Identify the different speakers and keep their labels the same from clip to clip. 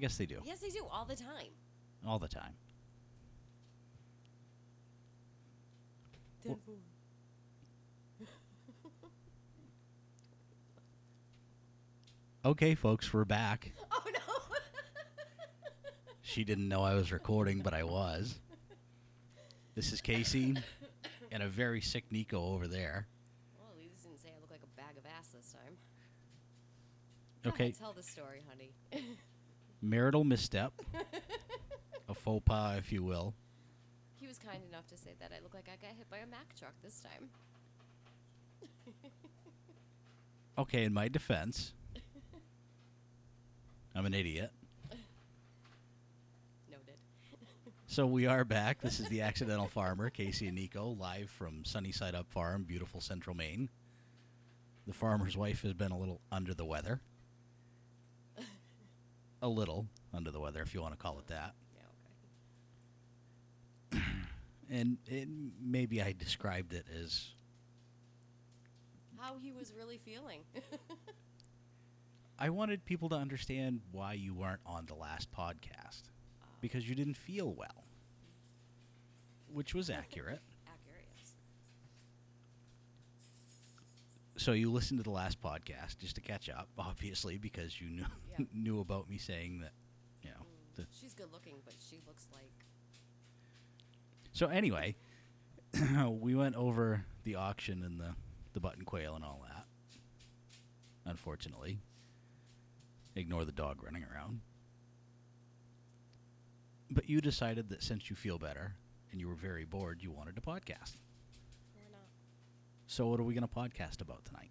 Speaker 1: guess they do.
Speaker 2: Yes, they do all the time.
Speaker 1: All the time. Wha- Okay, folks, we're back.
Speaker 2: Oh no.
Speaker 1: She didn't know I was recording, but I was. This is Casey and a very sick Nico over there.
Speaker 2: well, at least didn't say I look like a bag of ass this time. Go ahead,
Speaker 1: Okay,
Speaker 2: Tell the story, honey.
Speaker 1: marital misstep, a faux pas, if you will.
Speaker 2: he was kind enough to say that I look like I got hit by a Mack truck this time.
Speaker 1: Okay, in my defense, I'm an idiot.
Speaker 2: Noted.
Speaker 1: So we are back. This is the Accidental Farmer, Casey and Nico, live from Sunnyside Up Farm, beautiful central Maine. The farmer's wife has been a little under the weather. A little under the weather, if you want to call it that.
Speaker 2: Yeah. Okay.
Speaker 1: And it, maybe I described it as
Speaker 2: How he was really feeling.
Speaker 1: I wanted people to understand why you weren't on the last podcast
Speaker 2: Uh,
Speaker 1: because you didn't feel well, which was accurate.
Speaker 2: Accurate. yes.
Speaker 1: so you listened to the last podcast just to catch up, obviously, because you knew
Speaker 2: Yeah.
Speaker 1: knew about me saying that, you know. Oh, The,
Speaker 2: Mm. She's good looking, but she looks like
Speaker 1: so anyway, we went over the auction and the the button quail and all that. Unfortunately, ignore the dog running around. But you decided that since you feel better and you were very bored, you wanted a podcast.
Speaker 2: why not?
Speaker 1: So what are we going to podcast about tonight?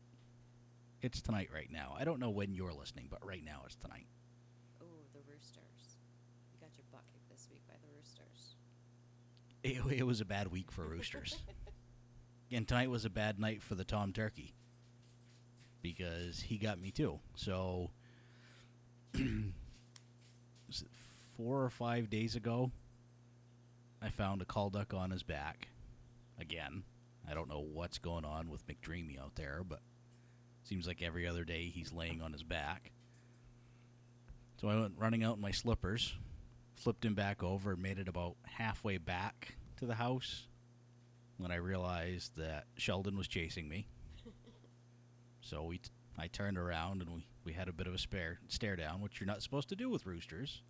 Speaker 1: It's tonight right now. I don't know when you're listening, but right now it's tonight.
Speaker 2: Oh, the roosters. You got your butt kicked this week by the roosters.
Speaker 1: it, it was a bad week for roosters and tonight was a bad night for the tom turkey because he got me too so was it four or five days ago i found a call duck on his back again i don't know what's going on with mcdreamy out there but seems like every other day he's laying on his back so i went running out in my slippers flipped him back over and made it about halfway back to the house when I realized that Sheldon was chasing me. so we t- I turned around and we, we had a bit of a spare stare down, which you're not supposed to do with roosters.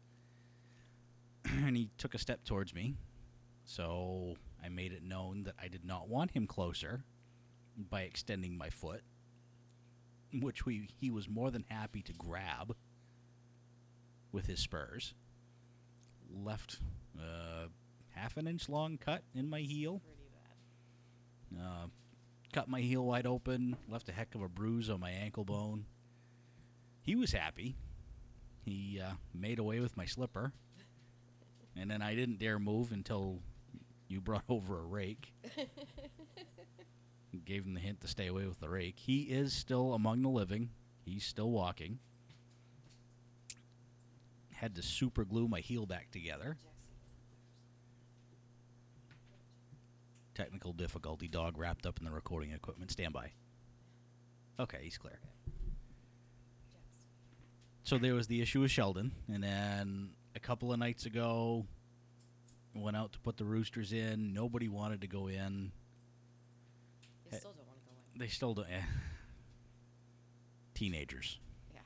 Speaker 1: and he took a step towards me. So I made it known that I did not want him closer by extending my foot, which we he was more than happy to grab with his spurs left uh, half an inch long cut in my heel.
Speaker 2: Pretty bad.
Speaker 1: Uh, cut my heel wide open, left a heck of a bruise on my ankle bone. He was happy. He uh, made away with my slipper. And then I didn't dare move until you brought over a rake. Gave him the hint to stay away with the rake. He is still among the living, he's still walking. Had to super glue my heel back together. Technical difficulty. Dog wrapped up in the recording equipment. Stand by. Okay, he's clear. So there was the issue with Sheldon, and then a couple of nights ago, went out to put the roosters in. Nobody wanted to go in.
Speaker 2: You
Speaker 1: Hey.
Speaker 2: still don't want to go in.
Speaker 1: They still don't. Eh. Teenagers.
Speaker 2: Yeah.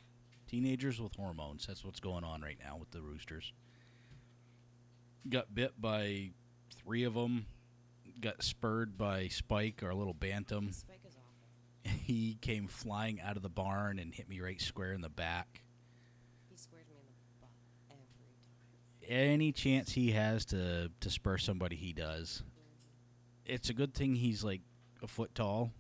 Speaker 1: Teenagers with hormones. That's what's going on right now with the roosters. Got bit by three of them. Got spurred by Spike, our little bantam.
Speaker 2: Spike is awful.
Speaker 1: he came flying out of the barn and hit me right square in the back.
Speaker 2: He squared me in the butt every time.
Speaker 1: Any chance he has to to spur somebody, he does. It's a good thing he's like a foot tall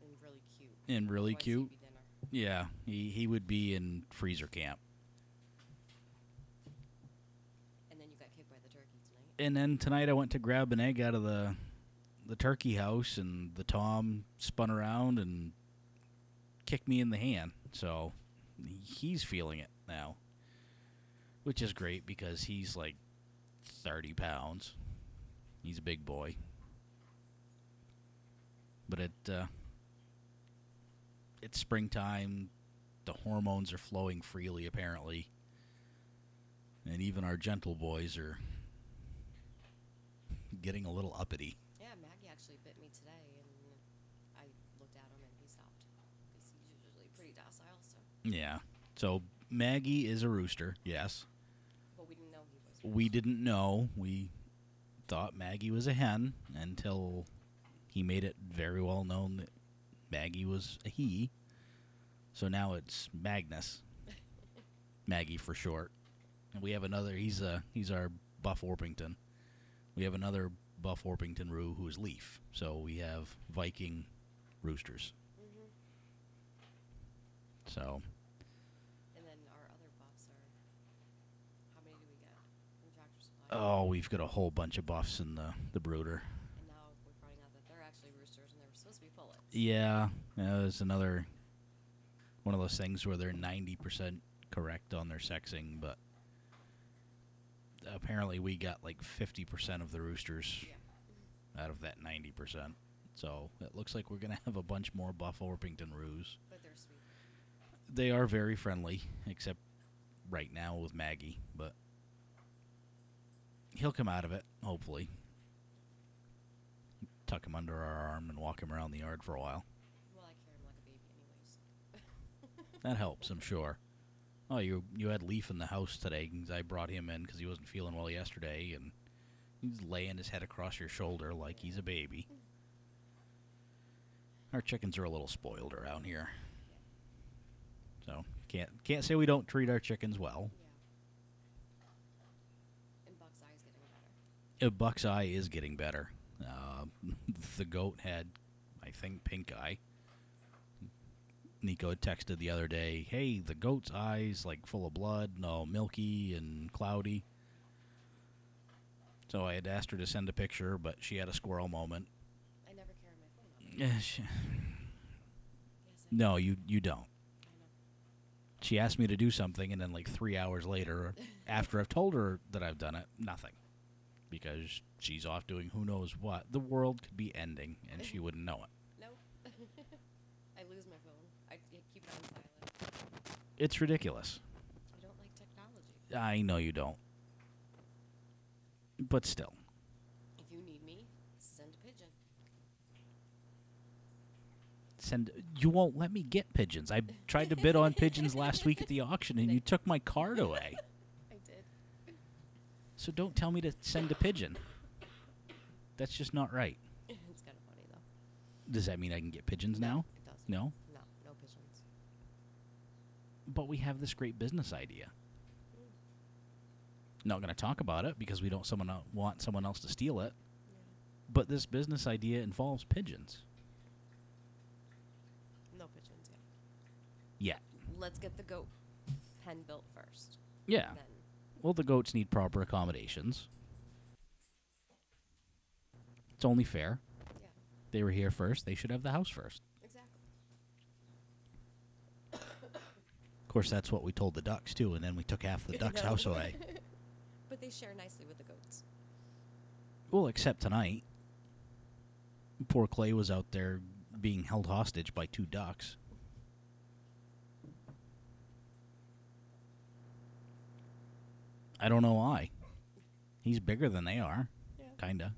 Speaker 2: And really cute.
Speaker 1: and really
Speaker 2: Otherwise he'd
Speaker 1: cute.
Speaker 2: be thinner.
Speaker 1: Yeah, he he would be in freezer camp.
Speaker 2: And then you got kicked by the turkey tonight.
Speaker 1: And then tonight I went to grab an egg out of the the turkey house, and the tom spun around and kicked me in the hand. So he's feeling it now, which is great because he's like thirty pounds. He's a big boy, but it uh, it's springtime. The hormones are flowing freely, apparently. And even our gentle boys are getting a little uppity.
Speaker 2: Yeah, Maggie actually bit me today, and I looked at him and he stopped. He's usually pretty docile, so.
Speaker 1: Yeah. So Maggie is a rooster, yes.
Speaker 2: But we didn't know he was.
Speaker 1: We didn't know. We thought Maggie was a hen until he made it very well known that Maggie was a he. So now it's Magnus. Maggie for short. And we have another he's a he's our Buff Orpington. We have another Buff Orpington Roo who is Leaf. So we have Viking roosters.
Speaker 2: hmm
Speaker 1: So
Speaker 2: And then our other buffs are. How many do we get from Tractor Supply?
Speaker 1: oh, we've got a whole bunch of buffs in the the brooder.
Speaker 2: And now we're finding out that they're actually roosters and they were supposed to be pullets.
Speaker 1: Yeah, that was another one of those things where they're ninety percent correct on their sexing, but apparently we got like fifty percent of the roosters
Speaker 2: Yeah.
Speaker 1: out of that ninety percent. So it looks like we're gonna have a bunch more Buff Orpington roos.
Speaker 2: But they're sweet.
Speaker 1: They are very friendly, except right now with Maggie, but he'll come out of it hopefully. Tuck him under our arm and walk him around the yard for a while.
Speaker 2: Well, I carry him like a baby, anyways.
Speaker 1: That helps, I'm sure. Oh, you you had Leaf in the house today 'cause I brought him in 'cause he wasn't feeling well yesterday, and he's laying his head across your shoulder like he's a baby. Our chickens are a little spoiled around here, so can't can't say we don't treat our chickens well.
Speaker 2: Yeah. And Buck's eye's getting better.
Speaker 1: Uh, Buck's eye is getting better. Uh, the goat had, I think, pink eye. Nico had texted the other day, "Hey, the goat's eyes like full of blood, and all milky and cloudy." So I had asked her to send a picture, but she had a squirrel moment.
Speaker 2: I never carry my phone out.
Speaker 1: Eh, she-
Speaker 2: Yes, I,
Speaker 1: no, you you don't.
Speaker 2: I know.
Speaker 1: She asked me to do something, and then like three hours later, after I've told her that I've done it, nothing, because she's off doing who knows what. The world could be ending, and she wouldn't know it.
Speaker 2: No. I lose my phone. I I keep it on silent.
Speaker 1: It's ridiculous.
Speaker 2: I don't like technology.
Speaker 1: I know you don't. But still.
Speaker 2: If you need me, send a pigeon.
Speaker 1: Send you won't let me get pigeons. I tried to bid on pigeons last week at the auction and you took my card away.
Speaker 2: I did.
Speaker 1: So don't tell me to send a pigeon. That's just not right.
Speaker 2: it's kind of funny though.
Speaker 1: Does that mean I can get pigeons now?
Speaker 2: It does.
Speaker 1: No.
Speaker 2: No, no pigeons.
Speaker 1: But we have this great business idea. Not going to talk about it because we don't someone el- want someone else to steal it, but this business idea involves pigeons.
Speaker 2: No pigeons, yeah.
Speaker 1: Yeah.
Speaker 2: Let's get the goat pen built first.
Speaker 1: Yeah.
Speaker 2: Then
Speaker 1: Well, the goats need proper accommodations. It's only fair.
Speaker 2: yeah.
Speaker 1: They were here first. They should have the house first.
Speaker 2: Exactly.
Speaker 1: Of course, that's what we told the ducks, too, and then we took half the ducks'
Speaker 2: No.
Speaker 1: house away.
Speaker 2: But they share nicely with the goats.
Speaker 1: Well, except tonight. Poor Clay was out there being held hostage by two ducks. I don't know why. He's bigger than they are,
Speaker 2: Yeah.
Speaker 1: kinda.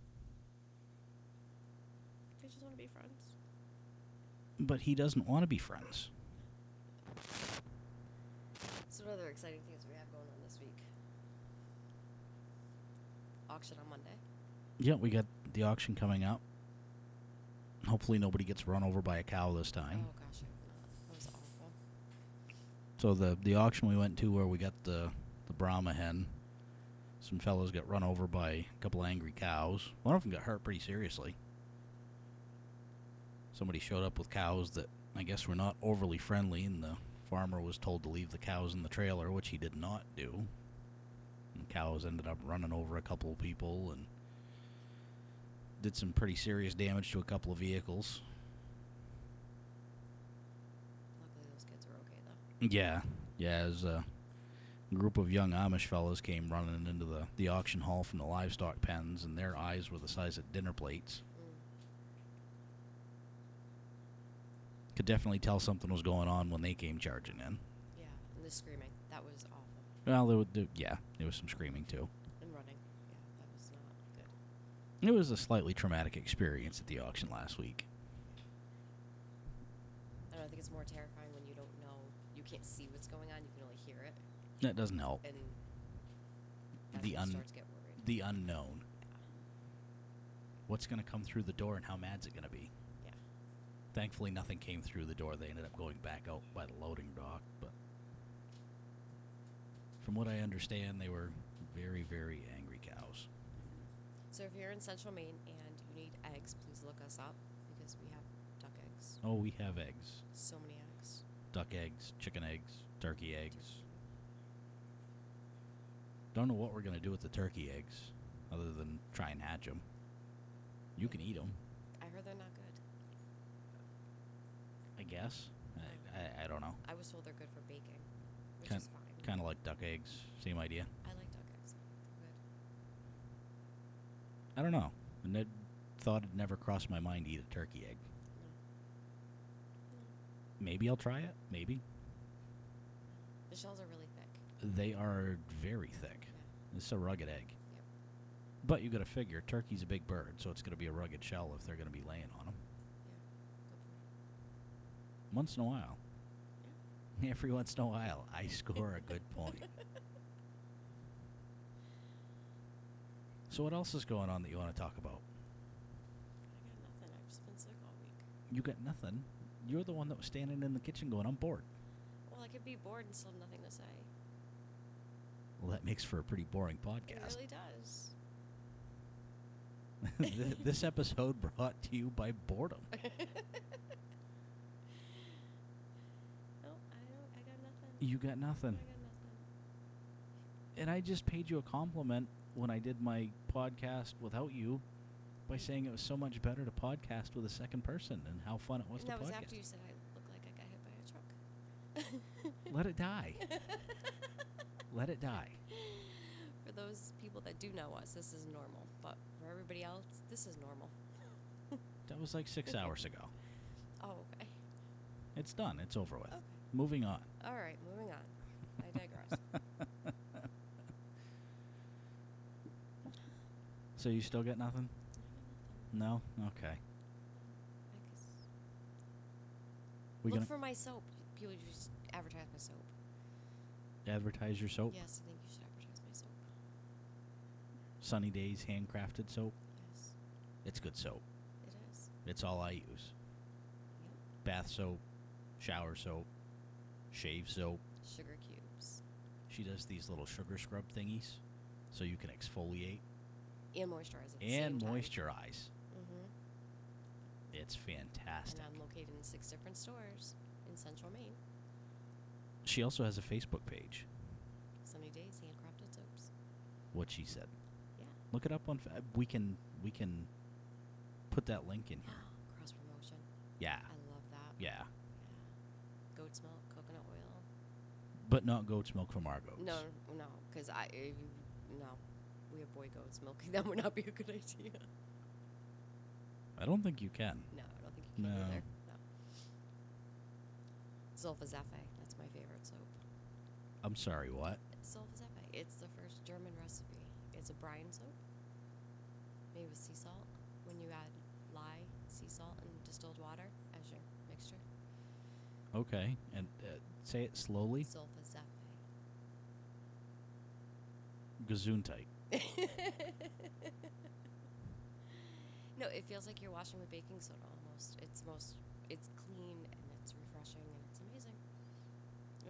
Speaker 2: They just want to be friends.
Speaker 1: But he doesn't want to be friends.
Speaker 2: So what other exciting things we have going on this week? Auction on Monday.
Speaker 1: Yeah, we got the auction coming up. Hopefully, nobody gets run over by a cow this time.
Speaker 2: Oh gosh, I hope not. That was awful.
Speaker 1: So the the auction we went to where we got the the Brahma hen, some fellows got run over by a couple angry cows. One of them got hurt pretty seriously. Somebody showed up with cows that I guess were not overly friendly, and the farmer was told to leave the cows in the trailer, which he did not do. And cows ended up running over a couple of people and did some pretty serious damage to a couple of vehicles.
Speaker 2: Luckily those kids were okay though.
Speaker 1: Yeah, yeah. As a group of young Amish fellows came running into the the auction hall from the livestock pens, and their eyes were the size of dinner plates.
Speaker 2: Mm.
Speaker 1: Could definitely tell something was going on when they came charging in.
Speaker 2: Yeah, and the screaming. That was awful.
Speaker 1: Well, there, wa- there, yeah, there was some screaming too.
Speaker 2: and running. Yeah, that was not good.
Speaker 1: It was a slightly traumatic experience at the auction last week.
Speaker 2: I don't know, I think it's more terrifying when you don't know, you can't see what's going on, you can only hear it,
Speaker 1: That doesn't help.
Speaker 2: and that's
Speaker 1: The
Speaker 2: when you
Speaker 1: un-
Speaker 2: start to get worried.
Speaker 1: The unknown.
Speaker 2: Yeah.
Speaker 1: What's going to come through the door and how mad's it going to be?
Speaker 2: yeah.
Speaker 1: Thankfully, nothing came through the door. They ended up going back out by the loading dock. But from what I understand, they were very, very angry cows.
Speaker 2: So if you're in Central Maine and you need eggs, please look us up because we have duck eggs.
Speaker 1: Oh, we have eggs
Speaker 2: So many eggs.
Speaker 1: duck eggs, chicken eggs, turkey eggs. Don't know what we're going to do with the turkey eggs other than try and hatch them. You can eat them,
Speaker 2: I heard they're not good.
Speaker 1: I guess. I, I, I don't know.
Speaker 2: I was told they're good for baking, which
Speaker 1: Kin-
Speaker 2: is fine.
Speaker 1: Kind of like duck eggs. Same idea.
Speaker 2: I like duck eggs. They're good.
Speaker 1: I don't know. And that thought had never crossed my mind to eat a turkey egg.
Speaker 2: No.
Speaker 1: Maybe I'll try it. Maybe.
Speaker 2: The shells are really thick.
Speaker 1: They are very thick.
Speaker 2: Yeah.
Speaker 1: It's a rugged egg.
Speaker 2: Yep.
Speaker 1: But you got to figure, turkey's a big bird, so it's going to be a rugged shell if they're going to be laying on them.
Speaker 2: Yeah. Good point.
Speaker 1: Once in a while. Every once in a while, I score a good point. So, what else is going on that you want to talk about?
Speaker 2: I got nothing. I've just been sick all week.
Speaker 1: You got nothing. You're the one that was standing in the kitchen going, I'm bored.
Speaker 2: Well, I could be bored and still have nothing to say.
Speaker 1: Well, that makes for a pretty boring podcast.
Speaker 2: It really does.
Speaker 1: Th- this episode brought to you by boredom.
Speaker 2: no, I don't. I got nothing.
Speaker 1: You got
Speaker 2: I
Speaker 1: nothing.
Speaker 2: got nothing.
Speaker 1: And I just paid you a compliment when I did my podcast without you by saying it was so much better to podcast with a second person and how fun it was
Speaker 2: and
Speaker 1: to
Speaker 2: that was
Speaker 1: podcast.
Speaker 2: after you said I look like I got hit by a truck.
Speaker 1: Let it die. Let it die.
Speaker 2: For those people that do know us, this is normal. But for everybody else, this is normal.
Speaker 1: That was like six hours ago.
Speaker 2: Oh, okay.
Speaker 1: It's done. It's over with.
Speaker 2: Okay.
Speaker 1: Moving on.
Speaker 2: All right, moving on. I digress.
Speaker 1: So you still got nothing? No. Okay.
Speaker 2: I guess.
Speaker 1: We
Speaker 2: Look
Speaker 1: gonna
Speaker 2: for my soap. People just advertise my soap.
Speaker 1: advertise your soap?
Speaker 2: Yes, I think you should advertise my soap.
Speaker 1: Sunny Days handcrafted soap.
Speaker 2: Yes,
Speaker 1: It's good soap.
Speaker 2: it is.
Speaker 1: It's all I use.
Speaker 2: Yep.
Speaker 1: Bath soap, shower soap, shave soap.
Speaker 2: Sugar cubes
Speaker 1: She does these little sugar scrub thingies so you can exfoliate
Speaker 2: and moisturizer. At the
Speaker 1: and
Speaker 2: same
Speaker 1: moisturize.
Speaker 2: Mm-hmm.
Speaker 1: It's
Speaker 2: And
Speaker 1: fantastic.
Speaker 2: I'm located in six different stores in Central Maine.
Speaker 1: She also has a Facebook page,
Speaker 2: Sunny days, handcrafted soaps.
Speaker 1: what she said.
Speaker 2: Yeah.
Speaker 1: Look it up on fa- we can we can put that link in here.
Speaker 2: Cross promotion.
Speaker 1: Yeah.
Speaker 2: I love that.
Speaker 1: Ah. Yeah.
Speaker 2: Yeah. Goat's milk, coconut oil.
Speaker 1: But not goat's milk from our goats.
Speaker 2: No, no, because I if you- no, we have boy goats. Milking them would not be a good idea.
Speaker 1: I don't think you can.
Speaker 2: No, I don't think you can
Speaker 1: No.
Speaker 2: either. No. Zolfazefe. That's my favorite soap.
Speaker 1: I'm sorry, what?
Speaker 2: Zolfazefe. It's the first German recipe. It's a brine soap made with sea salt. When you add lye, sea salt, and distilled water as your mixture.
Speaker 1: Okay. And uh, say it slowly.
Speaker 2: Zolfazefe.
Speaker 1: Gesundheit.
Speaker 2: no, it feels like you're washing with baking soda almost. It's most, it's clean and it's refreshing and it's amazing.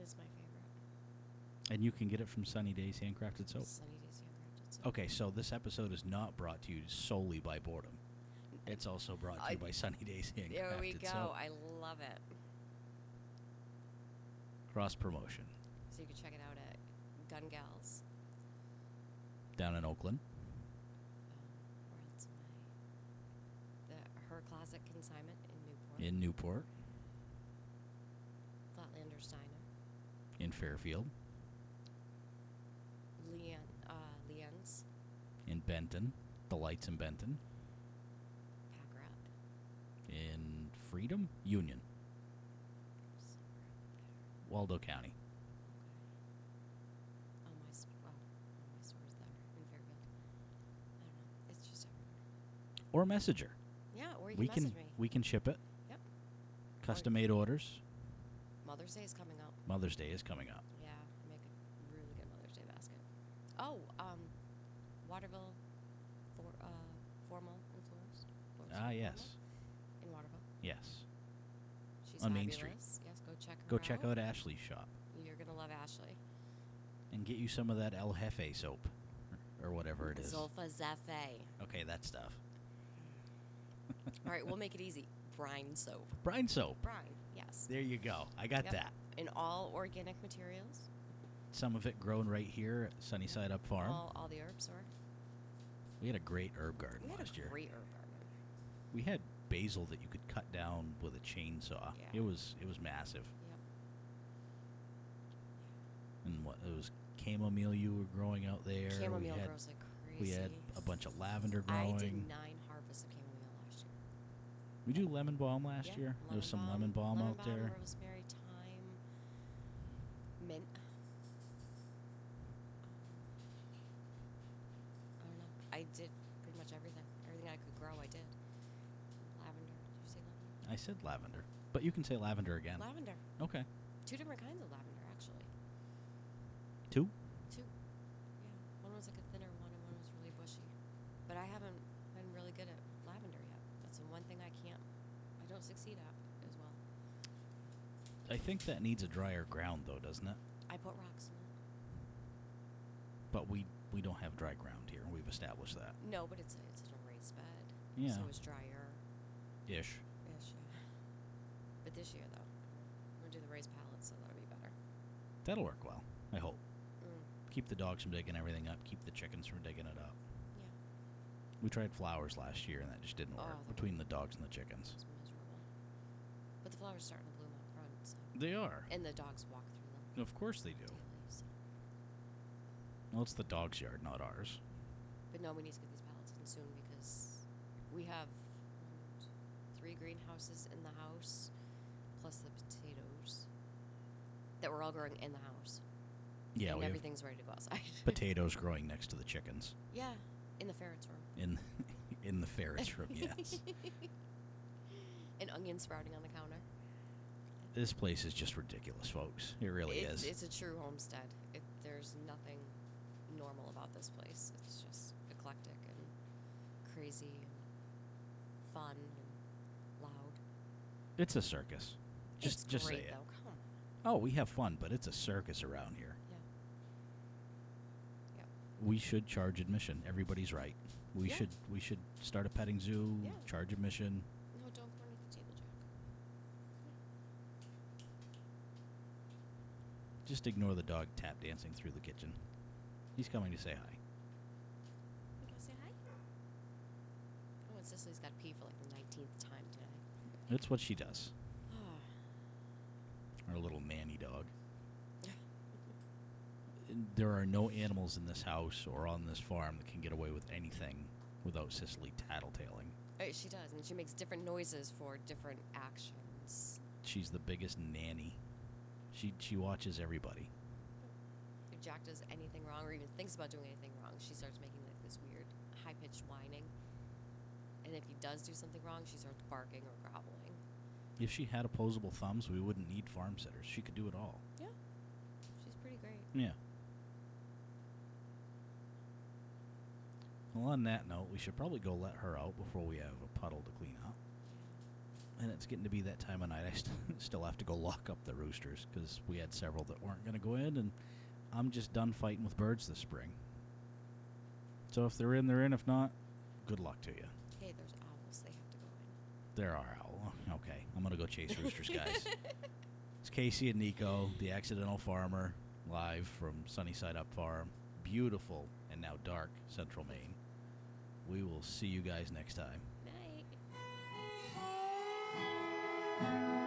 Speaker 2: It's my favorite.
Speaker 1: And you can get it from Sunny Days Handcrafted Soap.
Speaker 2: Sunny Days Handcrafted Soap.
Speaker 1: Okay, so this episode is not brought to you solely by boredom. It's also brought to
Speaker 2: I-
Speaker 1: you by Sunny Days Handcrafted
Speaker 2: There we go.
Speaker 1: Soap.
Speaker 2: I love it.
Speaker 1: Cross promotion
Speaker 2: So you can check it out at Gun Gals.
Speaker 1: down in Oakland.
Speaker 2: Um, where else am I? The Her Closet Consignment in Newport.
Speaker 1: in Newport,
Speaker 2: Flatlander's Diner.
Speaker 1: in Fairfield,
Speaker 2: Leanne, uh, Leanne's
Speaker 1: in Benton, the lights in Benton,
Speaker 2: Pack Rat.
Speaker 1: in Freedom, Union,
Speaker 2: Somewhere up there.
Speaker 1: Waldo County.
Speaker 2: Okay. Um,
Speaker 1: or message her.
Speaker 2: Yeah, or you
Speaker 1: we
Speaker 2: can
Speaker 1: can
Speaker 2: message me.
Speaker 1: we can ship it.
Speaker 2: Yep.
Speaker 1: Custom made orders.
Speaker 2: Mother's Day is coming up.
Speaker 1: Mother's Day is coming up.
Speaker 2: Yeah, I make a really good Mother's Day basket. Oh, um, Waterville, for, uh, formal and florist. florist
Speaker 1: Ah
Speaker 2: and
Speaker 1: yes,
Speaker 2: formal In Waterville.
Speaker 1: yes.
Speaker 2: She's
Speaker 1: On Main
Speaker 2: fabulous.
Speaker 1: Street.
Speaker 2: Yes, go check her
Speaker 1: Go
Speaker 2: out.
Speaker 1: check out Ashley's shop
Speaker 2: You're gonna love Ashley.
Speaker 1: and get you some of that El Jefe soap or whatever it is.
Speaker 2: Zolfa Zefe.
Speaker 1: Okay, that stuff.
Speaker 2: All right, we'll make it easy. Brine soap.
Speaker 1: Brine soap.
Speaker 2: Brine, yes.
Speaker 1: There you go. I got
Speaker 2: Yep.
Speaker 1: that.
Speaker 2: In all organic materials.
Speaker 1: Some of it grown right here at Sunnyside Up Farm.
Speaker 2: All, all the herbs are.
Speaker 1: We had a great herb garden
Speaker 2: We had
Speaker 1: last
Speaker 2: a
Speaker 1: year.
Speaker 2: great herb garden.
Speaker 1: We had basil that you could cut down with a chainsaw.
Speaker 2: Yeah.
Speaker 1: It was it was massive.
Speaker 2: Yep.
Speaker 1: And what it was chamomile you were growing out there. We
Speaker 2: Chamomile
Speaker 1: had-
Speaker 2: grows like
Speaker 1: We
Speaker 2: crazy.
Speaker 1: had a bunch of lavender
Speaker 2: I
Speaker 1: growing.
Speaker 2: did nine harvests of chamomile last year.
Speaker 1: We do lemon balm last
Speaker 2: Yeah,
Speaker 1: year. there was some lemon balm
Speaker 2: lemon
Speaker 1: out there.
Speaker 2: Rosemary, thyme, mint. I don't know. I did pretty much everything. Everything I could grow, I did. Lavender. Did you say lavender?
Speaker 1: I said lavender, but you can say lavender again.
Speaker 2: Lavender.
Speaker 1: okay,
Speaker 2: Two different kinds of lavender, actually.
Speaker 1: two.
Speaker 2: Two. Yeah. One was like a thinner one, and one was really bushy. But I haven't been really good at lavender yet. That's the one thing I can't. I don't succeed at as well.
Speaker 1: I think that needs a drier ground though, doesn't it?
Speaker 2: I put rocks in it.
Speaker 1: But we we don't have dry ground here. We've established that.
Speaker 2: No, but it's a, it's in a raised bed.
Speaker 1: Yeah,
Speaker 2: So it's drier
Speaker 1: ish.
Speaker 2: ish, yeah. But this year, though, I'm going to do the raised palette, so that'll be better.
Speaker 1: That'll work well. I hope.
Speaker 2: Mm,
Speaker 1: Keep the dogs from digging everything up. Keep the chickens from digging it up.
Speaker 2: yeah,
Speaker 1: We tried flowers last year and that just didn't
Speaker 2: Oh,
Speaker 1: work
Speaker 2: that
Speaker 1: between the dogs and the chickens.
Speaker 2: it's miserable. But the flowers starting to bloom out front, so.
Speaker 1: They are.
Speaker 2: And the dogs walk through them
Speaker 1: Of course they do.
Speaker 2: daily, so.
Speaker 1: Well, it's the dog's yard, not ours.
Speaker 2: But no, we need to get these pallets in soon because we have one, two, three greenhouses in the house, plus the potatoes that were all growing in the house.
Speaker 1: Yeah,
Speaker 2: and
Speaker 1: we have
Speaker 2: everything's ready to go outside.
Speaker 1: potatoes growing next to the chickens
Speaker 2: yeah, in the ferret's room.
Speaker 1: in in the ferret's room. Yes,
Speaker 2: An onion sprouting on the counter.
Speaker 1: this place is just ridiculous, folks. It really
Speaker 2: It-
Speaker 1: is.
Speaker 2: It's a true homestead. It, there's nothing normal about this place. It's just eclectic and crazy and fun and loud.
Speaker 1: It's a circus. Just
Speaker 2: it's
Speaker 1: just
Speaker 2: great,
Speaker 1: say it.
Speaker 2: though. Come on.
Speaker 1: Oh, we have fun, but it's a circus around here.
Speaker 2: Yeah. Yep.
Speaker 1: We should charge admission. Everybody's right. We
Speaker 2: Yeah.
Speaker 1: should we should start a petting zoo,
Speaker 2: Yeah.
Speaker 1: charge admission.
Speaker 2: No, don't corner the table, Jack.
Speaker 1: Just ignore the dog tap dancing through the kitchen. He's coming to say hi.
Speaker 2: You want to say hi? Oh, and Cicely's got pee for like the 19th time today.
Speaker 1: That's what she does.
Speaker 2: Oh,
Speaker 1: Our little nanny dog. there are no animals in this house or on this farm that can get away with anything without Cicely tattletaling.
Speaker 2: Uh, she does, and she makes different noises for different actions.
Speaker 1: She's the biggest nanny. She she watches everybody.
Speaker 2: If Jack does anything wrong or even thinks about doing anything wrong, she starts making like this weird high pitched whining. And if he does do something wrong, she starts barking or groveling.
Speaker 1: If she had opposable thumbs, we wouldn't need farm sitters. She could do it all.
Speaker 2: She's pretty great.
Speaker 1: Yeah. Well, on that note, we should probably go let her out before we have a puddle to clean up. And it's getting to be that time of night. I st- still have to go lock up the roosters because we had several that weren't going to go in, and I'm just done fighting with birds this spring. So if they're in, they're in. If not, good luck to you.
Speaker 2: Hey, there's owls. They have to go in.
Speaker 1: There are owl. Okay, I'm gonna go chase roosters, guys. It's Casey and Nico, the accidental farmer, live from Sunnyside Up Farm, beautiful and now dark Central Maine. We will see you guys next time.
Speaker 2: Night.